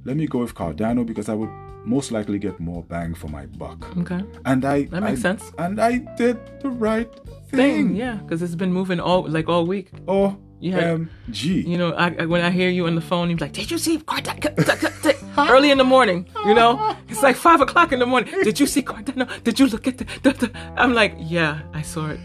Speaker 1: let me go with Cardano because I would most likely get more bang for my buck.
Speaker 2: okay
Speaker 1: And I
Speaker 2: Mm. That makes
Speaker 1: I-
Speaker 2: sense.
Speaker 1: And I did the right thing.
Speaker 2: thing, yeah, because it's been moving all like all week.
Speaker 1: Oh,
Speaker 2: Yeah.
Speaker 1: OMG.
Speaker 2: You know, I, I- when I hear you on the phone, you're like, "Did you see Cardano?" Early in the morning, you know, it's like five o'clock in the morning. Did you see Cardano? Did you look at the? the, the? I'm like, yeah, I saw it.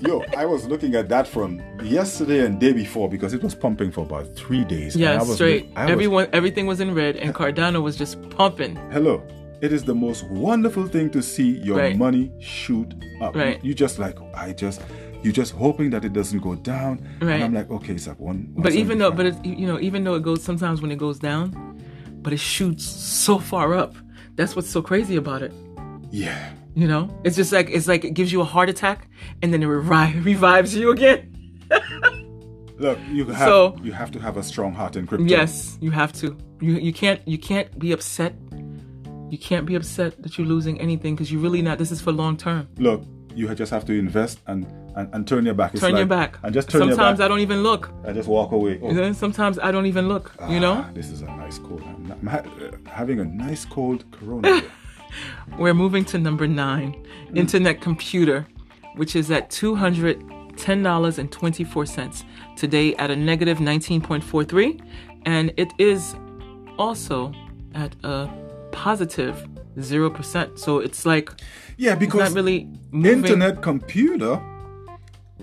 Speaker 1: Yo, I was looking at that from yesterday and day before because it was pumping for about three days. and
Speaker 2: Yeah,
Speaker 1: I was
Speaker 2: straight.
Speaker 1: look- I was
Speaker 2: Everyone, everything was in red, and Cardano was just pumping.
Speaker 1: Hello. It is the most wonderful thing to see your
Speaker 2: Right.
Speaker 1: money shoot up.
Speaker 2: Right.
Speaker 1: You just like I just you just hoping that it doesn't go down.
Speaker 2: Right.
Speaker 1: And I'm like, okay, it's up one.
Speaker 2: But even though, but it, you know, even though it goes sometimes when it goes down, but it shoots so far up. That's what's so crazy about it.
Speaker 1: yeah,
Speaker 2: You know, it's just like it's like it gives you a heart attack, and then it revi- revives you again.
Speaker 1: look, you have
Speaker 2: So-
Speaker 1: you have to have a strong heart in crypto.
Speaker 2: Yes, you have to. You you can't you can't be upset. You can't be upset that you're losing anything because you're really not. This is for long term.
Speaker 1: Look, you just have to invest and and, and turn your back. It's
Speaker 2: Turn your
Speaker 1: like-
Speaker 2: back.
Speaker 1: And just turn your
Speaker 2: sometimes
Speaker 1: back
Speaker 2: I don't even look.
Speaker 1: and just walk away. Oh,
Speaker 2: Sometimes I don't even look. You know.
Speaker 1: ah, this is a nice cold. I'm, not- I'm ha- uh, having a nice cold Corona. here.
Speaker 2: We're moving to number nine,
Speaker 1: Mm.
Speaker 2: internet computer, which is at two hundred ten dollars and twenty four cents today at a negative nineteen point four three, and it is also at a positive zero percent. So it's like
Speaker 1: yeah, because
Speaker 2: not really moving.
Speaker 1: internet computer.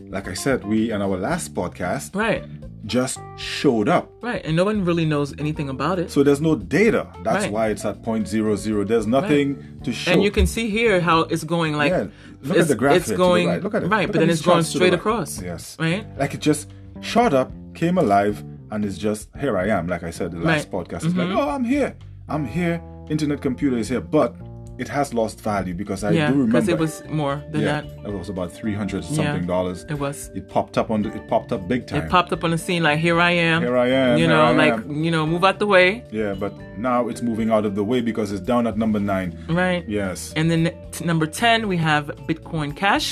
Speaker 1: Like I said, we in our last podcast,
Speaker 2: Right,
Speaker 1: just showed up.
Speaker 2: right, and no one really knows anything about it.
Speaker 1: So there's no data. That's
Speaker 2: Right.
Speaker 1: why it's at 0.00. There's nothing to show.
Speaker 2: and you can see here how it's going like
Speaker 1: yeah. Look
Speaker 2: it's,
Speaker 1: at the graph.
Speaker 2: it's
Speaker 1: here to the
Speaker 2: going
Speaker 1: right. Look at it.
Speaker 2: right
Speaker 1: Look
Speaker 2: but
Speaker 1: at
Speaker 2: then
Speaker 1: these
Speaker 2: it's going
Speaker 1: charts to the
Speaker 2: straight
Speaker 1: right.
Speaker 2: across
Speaker 1: Yes.
Speaker 2: right
Speaker 1: Like it just shot up, came alive, and it's just here I am. Like I said, the last
Speaker 2: Right. Mm-hmm.
Speaker 1: podcast is like, oh, I'm here. I'm here. Internet computer is here, but it has lost value because I
Speaker 2: yeah
Speaker 1: do
Speaker 2: because
Speaker 1: remember.
Speaker 2: it was more than
Speaker 1: yeah,
Speaker 2: that
Speaker 1: that was about 300 something
Speaker 2: Yeah.
Speaker 1: dollars.
Speaker 2: it was
Speaker 1: It popped up on the, it popped up big time.
Speaker 2: it popped up on the scene like here I am.
Speaker 1: Here I am,
Speaker 2: You
Speaker 1: here
Speaker 2: know,
Speaker 1: I
Speaker 2: like
Speaker 1: am.
Speaker 2: you know, move out the way,
Speaker 1: yeah, but now it's moving out of the way because it's down at number 9.
Speaker 2: right?
Speaker 1: Yes.
Speaker 2: And then t- number ten, we have Bitcoin Cash,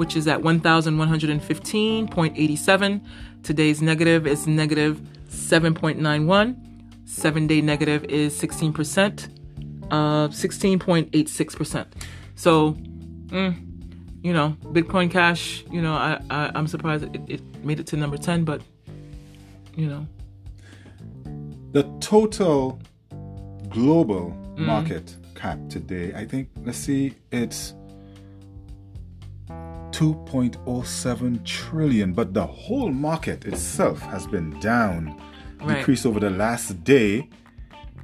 Speaker 2: which is at one thousand one hundred and fifteen point eighty seven. Today's negative is negative seven point nine one. Seven day negative is sixteen percent, uh, sixteen point eight six percent. So, mm, you know, Bitcoin Cash. You know, I, I I'm surprised it, it made it to number ten, but you know,
Speaker 1: the total global market cap today, I think, let's see, it's 2.07 trillion, but the whole market itself has been down,
Speaker 2: Right.
Speaker 1: decreased over the last day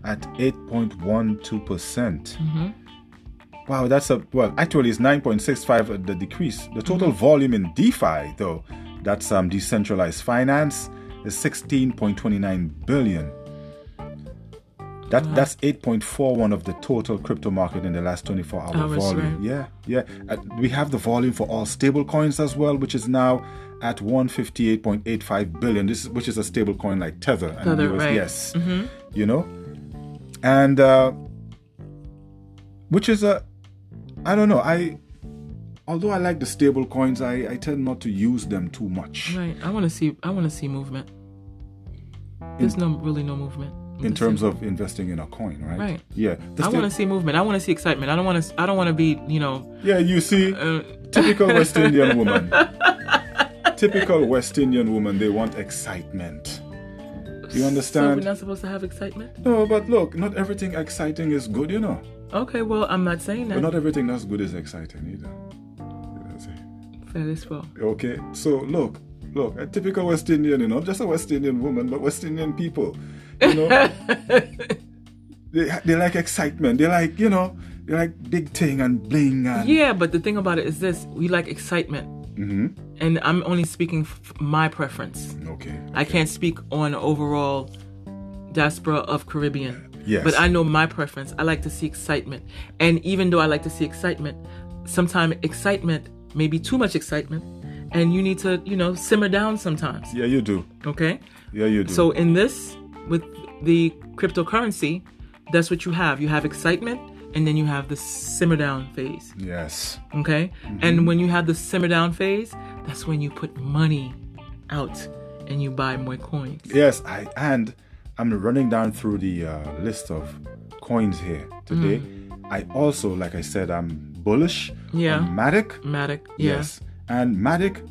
Speaker 1: at 8.12%. percent Wow, that's a well. Actually, it's nine point six five at the decrease. The total
Speaker 2: Mm-hmm.
Speaker 1: volume in DeFi, though, that's um, decentralized finance, is sixteen point twenty nine billion. That that's eight point four one of the total crypto market in the last twenty four hour
Speaker 2: Hours,
Speaker 1: volume.
Speaker 2: right.
Speaker 1: Yeah, yeah. Uh, we have the volume for all stable coins as well, which is now at one fifty eight point eight five billion. This is, which is a stable coin like Tether. And
Speaker 2: Tether,
Speaker 1: US,
Speaker 2: right. Mm-hmm.
Speaker 1: Yes. You know, and uh, which is a I don't know I although I like the stable coins I, I tend not to use them too much
Speaker 2: Right. I want to see. I want to see movement. There's no really no movement.
Speaker 1: in terms of investing in a coin right
Speaker 2: Right.
Speaker 1: yeah the
Speaker 2: I
Speaker 1: sta-
Speaker 2: want to see movement. I want to see excitement. I don't want to. I don't want to be. You know.
Speaker 1: yeah you see
Speaker 2: Uh,
Speaker 1: typical West Indian woman typical West Indian woman they want excitement you
Speaker 2: so we're
Speaker 1: understand
Speaker 2: not supposed to have excitement.
Speaker 1: no but look not everything exciting is good you know
Speaker 2: Okay. Well, I'm not saying
Speaker 1: but
Speaker 2: that.
Speaker 1: not everything that's good is exciting either You know, see?
Speaker 2: Fair is well.
Speaker 1: Okay, so look, look, a typical West Indian, you know, just a West Indian woman, but West Indian people, you know, they, they like excitement. They like, you know, they like big thing and bling and.
Speaker 2: Yeah, but the thing about it is this: we like excitement,
Speaker 1: Mm-hmm.
Speaker 2: and I'm only speaking f- my preference.
Speaker 1: Okay.
Speaker 2: I can't speak on overall diaspora of Caribbean.
Speaker 1: Yes.
Speaker 2: But I know my preference. I like to see excitement. And even though I like to see excitement, sometimes excitement may be too much excitement and you need to, you know, simmer down sometimes.
Speaker 1: Yeah, Mm. you do.
Speaker 2: Okay?
Speaker 1: Yeah, you do.
Speaker 2: So in this with the cryptocurrency, that's what you have. You have excitement and then you have the simmer down phase.
Speaker 1: yes.
Speaker 2: Okay?
Speaker 1: Mm-hmm.
Speaker 2: And when you have the simmer down phase, that's when you put money out and you buy more coins.
Speaker 1: Yes, I and I'm running down through the uh, list of coins here today. I also, like I said, I'm bullish.
Speaker 2: Mm. Yeah.
Speaker 1: On Matic.
Speaker 2: Matic. Yeah.
Speaker 1: Yes. And Matic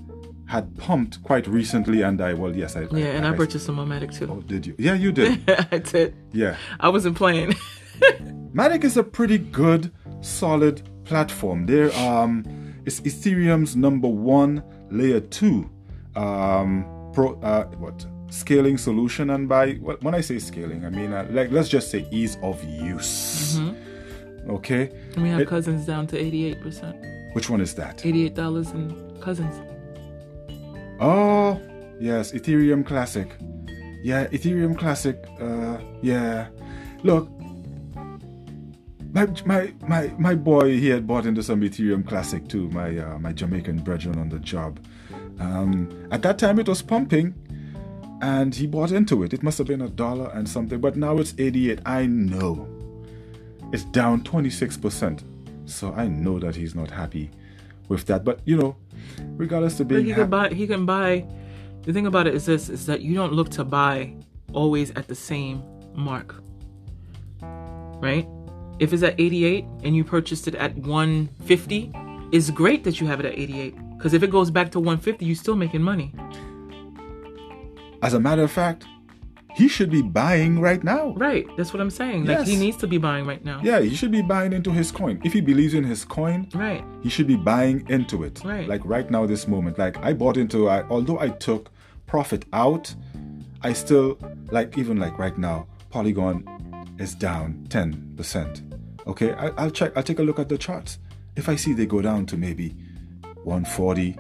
Speaker 1: had pumped quite recently, and I, well, yes, I.
Speaker 2: Yeah, and I Oh.
Speaker 1: like
Speaker 2: purchased some more Matic too.
Speaker 1: Oh, did you? Yeah, you did.
Speaker 2: I did.
Speaker 1: Yeah.
Speaker 2: I wasn't playing.
Speaker 1: Matic is a pretty good, solid platform. There, um, it's Ethereum's number one layer two, um, pro, uh, what scaling solution. And by well, when I say scaling, I mean uh, like let's just say ease of use. Okay,
Speaker 2: And we have
Speaker 1: It-
Speaker 2: cousins down to 88%.
Speaker 1: which one is that?
Speaker 2: $88 and cousins.
Speaker 1: Oh, yes, Ethereum Classic. Yeah, Ethereum Classic. Uh, yeah. Look, my my my my boy he had bought into some Ethereum Classic too. My uh, my Jamaican brethren on the job. Um, at that time it was pumping, and he bought into it. It must have been a dollar and something, but now it's 88. I know. It's down 26%. So I know that he's not happy with that. But you know, regardless of
Speaker 2: But
Speaker 1: being
Speaker 2: he
Speaker 1: happy,
Speaker 2: can buy, he can buy. The thing about it is this, is that you don't look to buy always at the same mark. Right? If it's at 88 and you purchased it at 150, it's great that you have it at 88. Because if it goes back to 150, you're still making money.
Speaker 1: As a matter of fact, he should be buying right now.
Speaker 2: Right. That's what I'm saying. Like, he
Speaker 1: Yes.
Speaker 2: needs to be buying right now.
Speaker 1: Yeah, he should be buying into his coin. If he believes in his coin,
Speaker 2: Right.
Speaker 1: he should be buying into it.
Speaker 2: Right.
Speaker 1: Like right now, this moment. Like I bought into. I although I took profit out, I still like even like right now, Polygon is down ten percent. Okay, I, I'll check. I'll take a look at the charts. If I see they go down to maybe 140,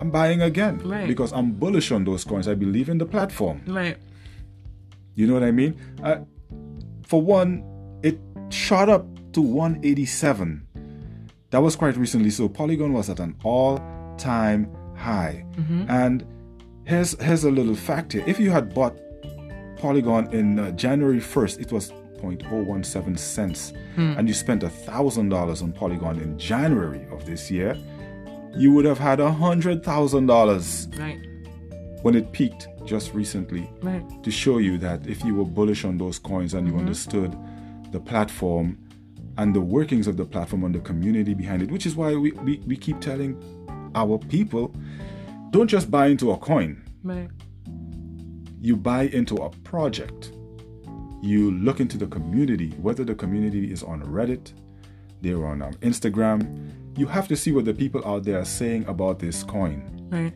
Speaker 1: I'm buying again
Speaker 2: Right.
Speaker 1: because I'm bullish on those coins. I believe in the platform.
Speaker 2: Right.
Speaker 1: You know what I mean? Uh, for one, it shot up to 187. That was quite recently. So Polygon was at an all-time high. And here's here's a little fact here. If you had bought Polygon in uh, January 1st, it was 0.017 cents, and you spent thousand dollars on Polygon in January of this year, you would have had hundred thousand dollars
Speaker 2: Right.
Speaker 1: when it peaked just recently
Speaker 2: Right.
Speaker 1: to show you that if you were bullish on those coins and you understood the platform and the workings of the platform and the community behind it, which is why we, we, we keep telling our people don't just buy into a coin,
Speaker 2: Right.
Speaker 1: you buy into a project. You look into the community, whether the community is on Reddit, they're on um, Instagram. You have to see what the people out there are saying about this coin
Speaker 2: Right.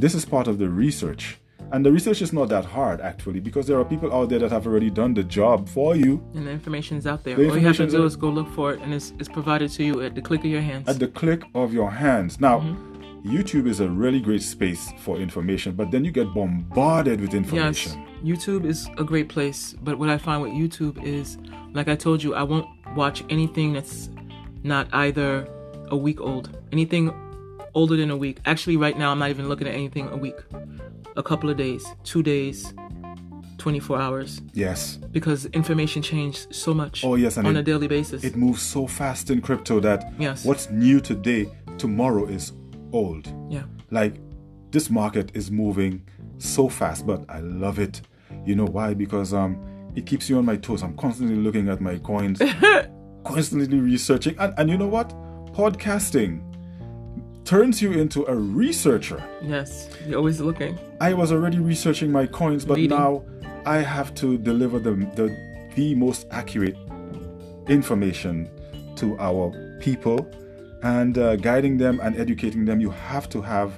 Speaker 1: this is part of the research. And the research is not that hard actually, because there are people out there that have already done the job for you
Speaker 2: and the information's out there.
Speaker 1: The
Speaker 2: All you have to
Speaker 1: information's
Speaker 2: do
Speaker 1: out-
Speaker 2: is go look for it, and it's, it's provided to you at the click of your hands.
Speaker 1: at the click of your hands. Now, YouTube is a really great space for information, but then you get bombarded with
Speaker 2: yes,
Speaker 1: information.
Speaker 2: YouTube is a great place, but what I find with YouTube is, like I told you, I won't watch anything that's not either a week old, anything older than a week. Actually, right now, I'm not even looking at anything a week, a couple of days, two days, 24 hours
Speaker 1: Yes.
Speaker 2: because information changed so much
Speaker 1: Oh, yes, and
Speaker 2: on
Speaker 1: it-
Speaker 2: a daily basis.
Speaker 1: It moves so fast in crypto that
Speaker 2: Yes.
Speaker 1: what's new today, tomorrow is old.
Speaker 2: yeah.
Speaker 1: Like this market is moving so fast, but I love it. You know why? Because um it keeps you on my toes. I'm constantly looking at my coins, constantly researching. And, and you know what? Podcasting turns you into a researcher.
Speaker 2: Yes. You're always looking.
Speaker 1: I was already researching my coins, but
Speaker 2: Reading.
Speaker 1: now I have to deliver the, the the most accurate information to our people and uh, guiding them and educating them. You have to have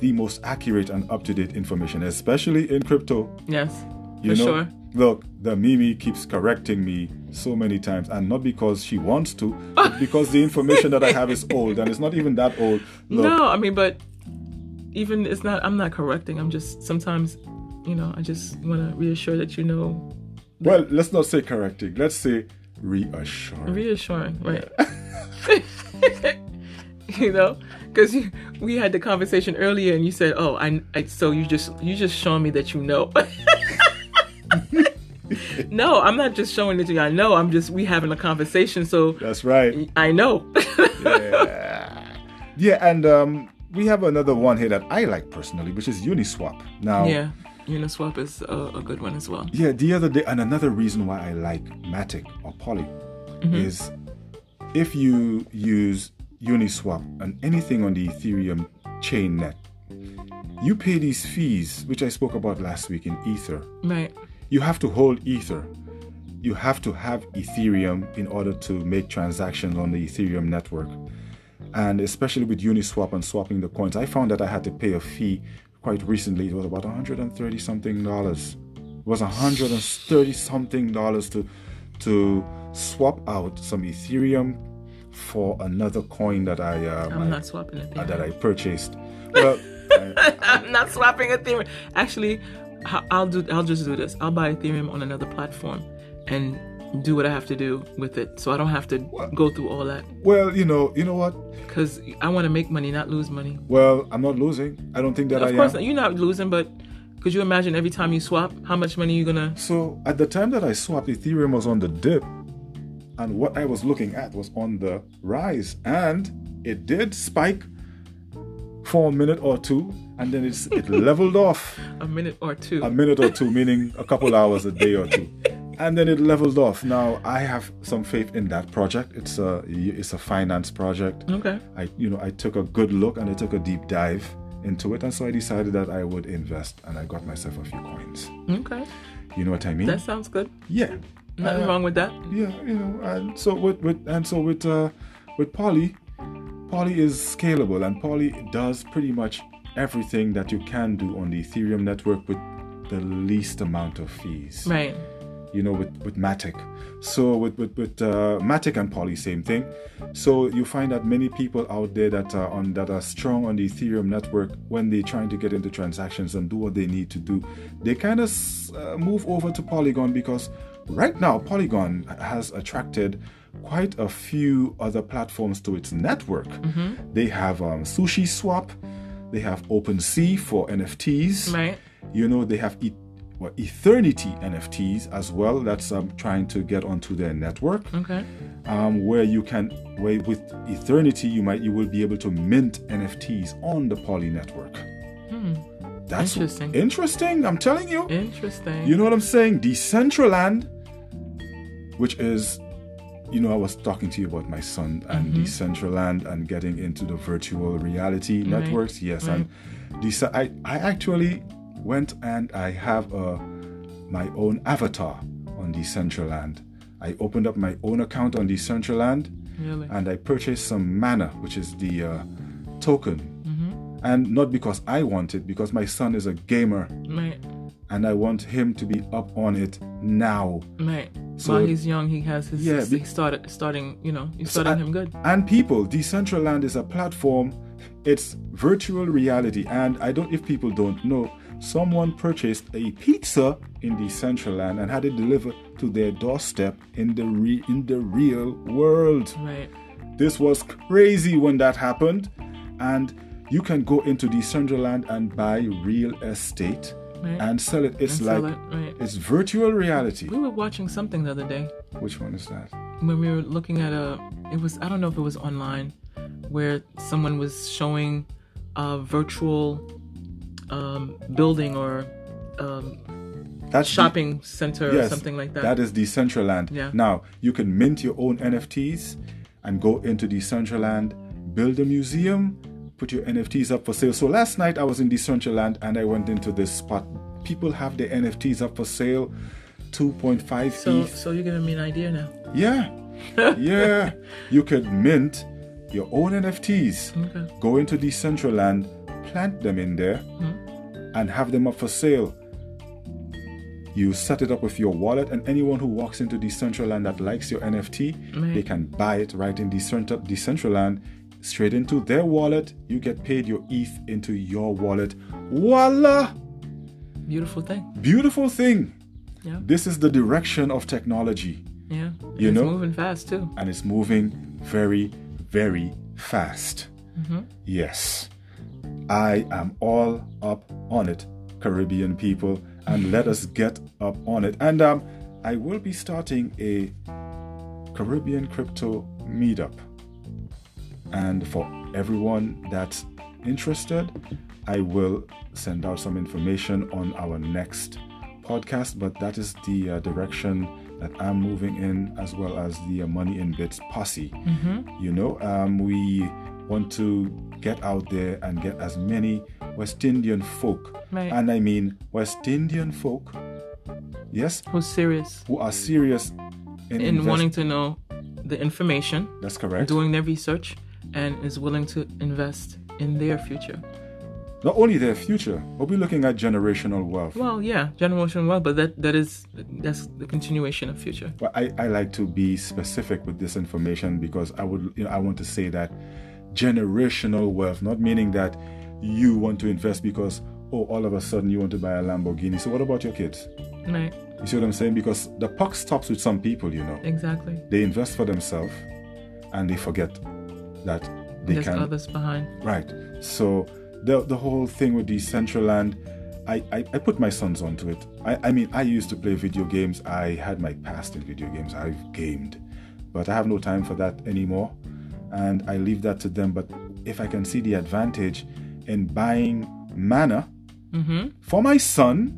Speaker 1: the most accurate and up to date information, especially in crypto.
Speaker 2: Yes.
Speaker 1: You
Speaker 2: For
Speaker 1: know,
Speaker 2: sure.
Speaker 1: look, the Mimi keeps correcting me so many times, and not because she wants to, but because the information that I have is old, and it's not even that old. Look,
Speaker 2: No, I mean, but even it's not. I'm not correcting. I'm just sometimes, you know, I just want to reassure that you know,
Speaker 1: well, let's not say correcting. Let's say reassuring.
Speaker 2: reassuring, right? you know, because we had the conversation earlier, and you said, "Oh, I, I." So you just you just showing me that you know. no, I'm not just showing it to you. I know. I'm just we having a conversation, so
Speaker 1: That's right.
Speaker 2: I know.
Speaker 1: Yeah, and um, we have another one here that I like personally, which is Uniswap. Now,
Speaker 2: yeah, Uniswap is a, a good one as well.
Speaker 1: yeah, the other day, and another reason why I like Matic or Poly is if you use Uniswap and anything on the Ethereum chain net, you pay these fees, which I spoke about last week in Ether.
Speaker 2: Right.
Speaker 1: You have to hold Ether. You have to have Ethereum in order to make transactions on the Ethereum network. And especially with Uniswap and swapping the coins, I found that I had to pay a fee quite recently. It was about 130 something dollars. It was 130 something dollars to to swap out some Ethereum for another coin that I uh,
Speaker 2: I'm
Speaker 1: my-
Speaker 2: not swapping it. there.
Speaker 1: that I purchased. Well,
Speaker 2: I'm not swapping Ethereum. Actually, I- I'll do. I'll just do this. I'll buy Ethereum on another platform, and do what I have to do with it, so I don't have to go through all that.
Speaker 1: well, you know, you know what?
Speaker 2: Because I want to make money, not lose money.
Speaker 1: Well, I'm not losing. I don't think that I uh,
Speaker 2: Of
Speaker 1: am.
Speaker 2: course, you're not losing, but could you imagine every time you swap, how much money you're gonna?
Speaker 1: So at the time that I swapped, Ethereum was on the dip, and what I was looking at was on the rise, and it did spike for a minute or two, and then it's, it leveled off
Speaker 2: A minute or two.
Speaker 1: a minute or two, meaning a couple hours, a day or two, and then it leveled off. Now I have some faith in that project. It's a it's a finance project.
Speaker 2: okay.
Speaker 1: I you know I took a good look and I took a deep dive into it, and so I decided that I would invest, and I got myself a few coins.
Speaker 2: Okay.
Speaker 1: You know what I mean?
Speaker 2: That sounds good.
Speaker 1: yeah.
Speaker 2: Nothing
Speaker 1: Uh,
Speaker 2: wrong with that.
Speaker 1: yeah, you know, and so with, with and so with uh, with Poly, Poly is scalable and Poly does pretty much everything that you can do on the Ethereum network with the least amount of fees.
Speaker 2: Right.
Speaker 1: You know, with with Matic, so with with with uh, Matic and Poly, same thing. So you find that many people out there that are on that are strong on the Ethereum network when they're trying to get into transactions and do what they need to do, they kind of uh, move over to Polygon because right now Polygon has attracted quite a few other platforms to its network. They have um, Sushi Swap, they have OpenSea for NFTs.
Speaker 2: Right.
Speaker 1: You know they have. E- well, Eternity NFTs as well. That's um, trying to get onto their network
Speaker 2: Okay.
Speaker 1: um, where you can where with eternity you might you will be able to mint nfts on the poly network that's
Speaker 2: Interesting.
Speaker 1: interesting i'm telling you
Speaker 2: Interesting.
Speaker 1: you know what i'm saying decentraland which is you know i was talking to you about my son and decentraland and getting into the virtual reality networks yes and these I, I actually went and i have a my own avatar on Decentraland. I opened up my own account on Decentraland
Speaker 2: really.
Speaker 1: and I purchased some mana, which is the uh, token. And not because I want it, because my son is a gamer
Speaker 2: Right.
Speaker 1: and I want him to be up on it now.
Speaker 2: Right.
Speaker 1: So-
Speaker 2: While he's young, he has his.
Speaker 1: Yeah,
Speaker 2: Yeah.
Speaker 1: be-
Speaker 2: He started starting. You know, you starting him good.
Speaker 1: And people, Decentraland is a platform, it's virtual reality. And I don't, if people don't know, someone purchased a pizza in Decentraland and had it delivered to their doorstep in the, re, in the real world.
Speaker 2: Right.
Speaker 1: This was crazy when that happened. And you can go into Decentraland and buy real estate
Speaker 2: Right.
Speaker 1: and sell it. It's
Speaker 2: And
Speaker 1: like
Speaker 2: sell it, right.
Speaker 1: it's virtual reality.
Speaker 2: We were watching something the other day
Speaker 1: Which one is that?
Speaker 2: when we were looking at a. It was I don't know if it was online, where someone was showing a virtual um, building or um,
Speaker 1: That's the-
Speaker 2: shopping center or something like that.
Speaker 1: That is Decentraland.
Speaker 2: Yeah.
Speaker 1: Now you can mint your own NFTs and go into Decentraland, build a museum, put your NFTs up for sale. So last night I was in Decentraland and I went into this spot. People have their NFTs up for sale, 2.5
Speaker 2: so,
Speaker 1: ETH.
Speaker 2: so you're giving me an idea now.
Speaker 1: Yeah, yeah. You could mint your own NFTs,
Speaker 2: Okay.
Speaker 1: go into Decentraland, plant them in there,
Speaker 2: Hmm.
Speaker 1: and have them up for sale. You set it up with your wallet, and anyone who walks into Decentraland that likes your NFT, they
Speaker 2: Right.
Speaker 1: can buy it right in Decentr- Decentraland, straight into their wallet. You get paid your ETH into your wallet. Voila!
Speaker 2: Beautiful thing.
Speaker 1: Beautiful thing.
Speaker 2: Yeah.
Speaker 1: This is the direction of technology.
Speaker 2: Yeah.
Speaker 1: You
Speaker 2: it's
Speaker 1: know?
Speaker 2: moving fast too.
Speaker 1: and it's moving very, very fast. Mm-hmm. Yes, I am all up on it, Caribbean people, and let us get up on it. And um, I will be starting a Caribbean crypto meetup. And for everyone that's interested, I will send out some information on our next podcast. But that is the uh, direction that I'm moving in, as well as the uh, Money in Bits posse.
Speaker 2: Mm-hmm.
Speaker 1: You know, um, we want to get out there and get as many West Indian folk,
Speaker 2: Right.
Speaker 1: and I mean West Indian folk, yes,
Speaker 2: Who's serious
Speaker 1: who are serious in,
Speaker 2: in
Speaker 1: invest-
Speaker 2: wanting to know the information,
Speaker 1: That's correct.
Speaker 2: doing their research, and is willing to invest in their future.
Speaker 1: Not only their future, but we're looking at generational wealth.
Speaker 2: Well, yeah, generational wealth, but that that is that's the continuation of future.
Speaker 1: Well, I, I like to be specific with this information because I would you know I want to say that generational wealth, not meaning that you want to invest because oh all of a sudden you want to buy a Lamborghini. So what about your kids?
Speaker 2: Right.
Speaker 1: You see what I'm saying? Because the puck stops with some people, you know.
Speaker 2: Exactly.
Speaker 1: They invest for themselves and they forget that they
Speaker 2: There's
Speaker 1: can
Speaker 2: others behind.
Speaker 1: Right. So the the whole thing with Decentraland, I, I, I put my sons onto it. I, I mean, I used to play video games. I had my past in video games. I've gamed. But I have no time for that anymore. And I leave that to them. But if I can see the advantage in buying mana
Speaker 2: Mm-hmm.
Speaker 1: for my son,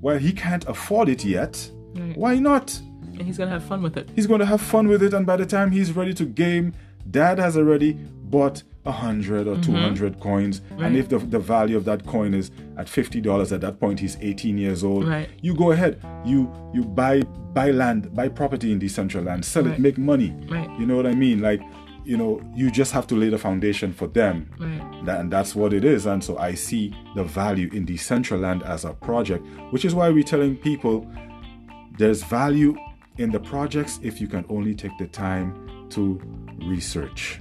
Speaker 1: well, he can't afford it yet.
Speaker 2: Right.
Speaker 1: Why not?
Speaker 2: And he's gonna have fun with it.
Speaker 1: He's going to have fun with it, and by the time he's ready to game, dad has already bought a hundred or two hundred coins.
Speaker 2: Mm-hmm. Right.
Speaker 1: And if the, the value of that coin is at fifty dollars, at that point he's eighteen years old.
Speaker 2: Right.
Speaker 1: You go ahead, you you buy buy land, buy property in Decentraland, sell it,
Speaker 2: Right.
Speaker 1: make money.
Speaker 2: Right.
Speaker 1: You know what I mean? Like, you know, you just have to lay the foundation for them.
Speaker 2: Right.
Speaker 1: That, and that's what it is. And so I see the value in Decentraland as a project, which is why we're telling people there's value in the projects if you can only take the time to research.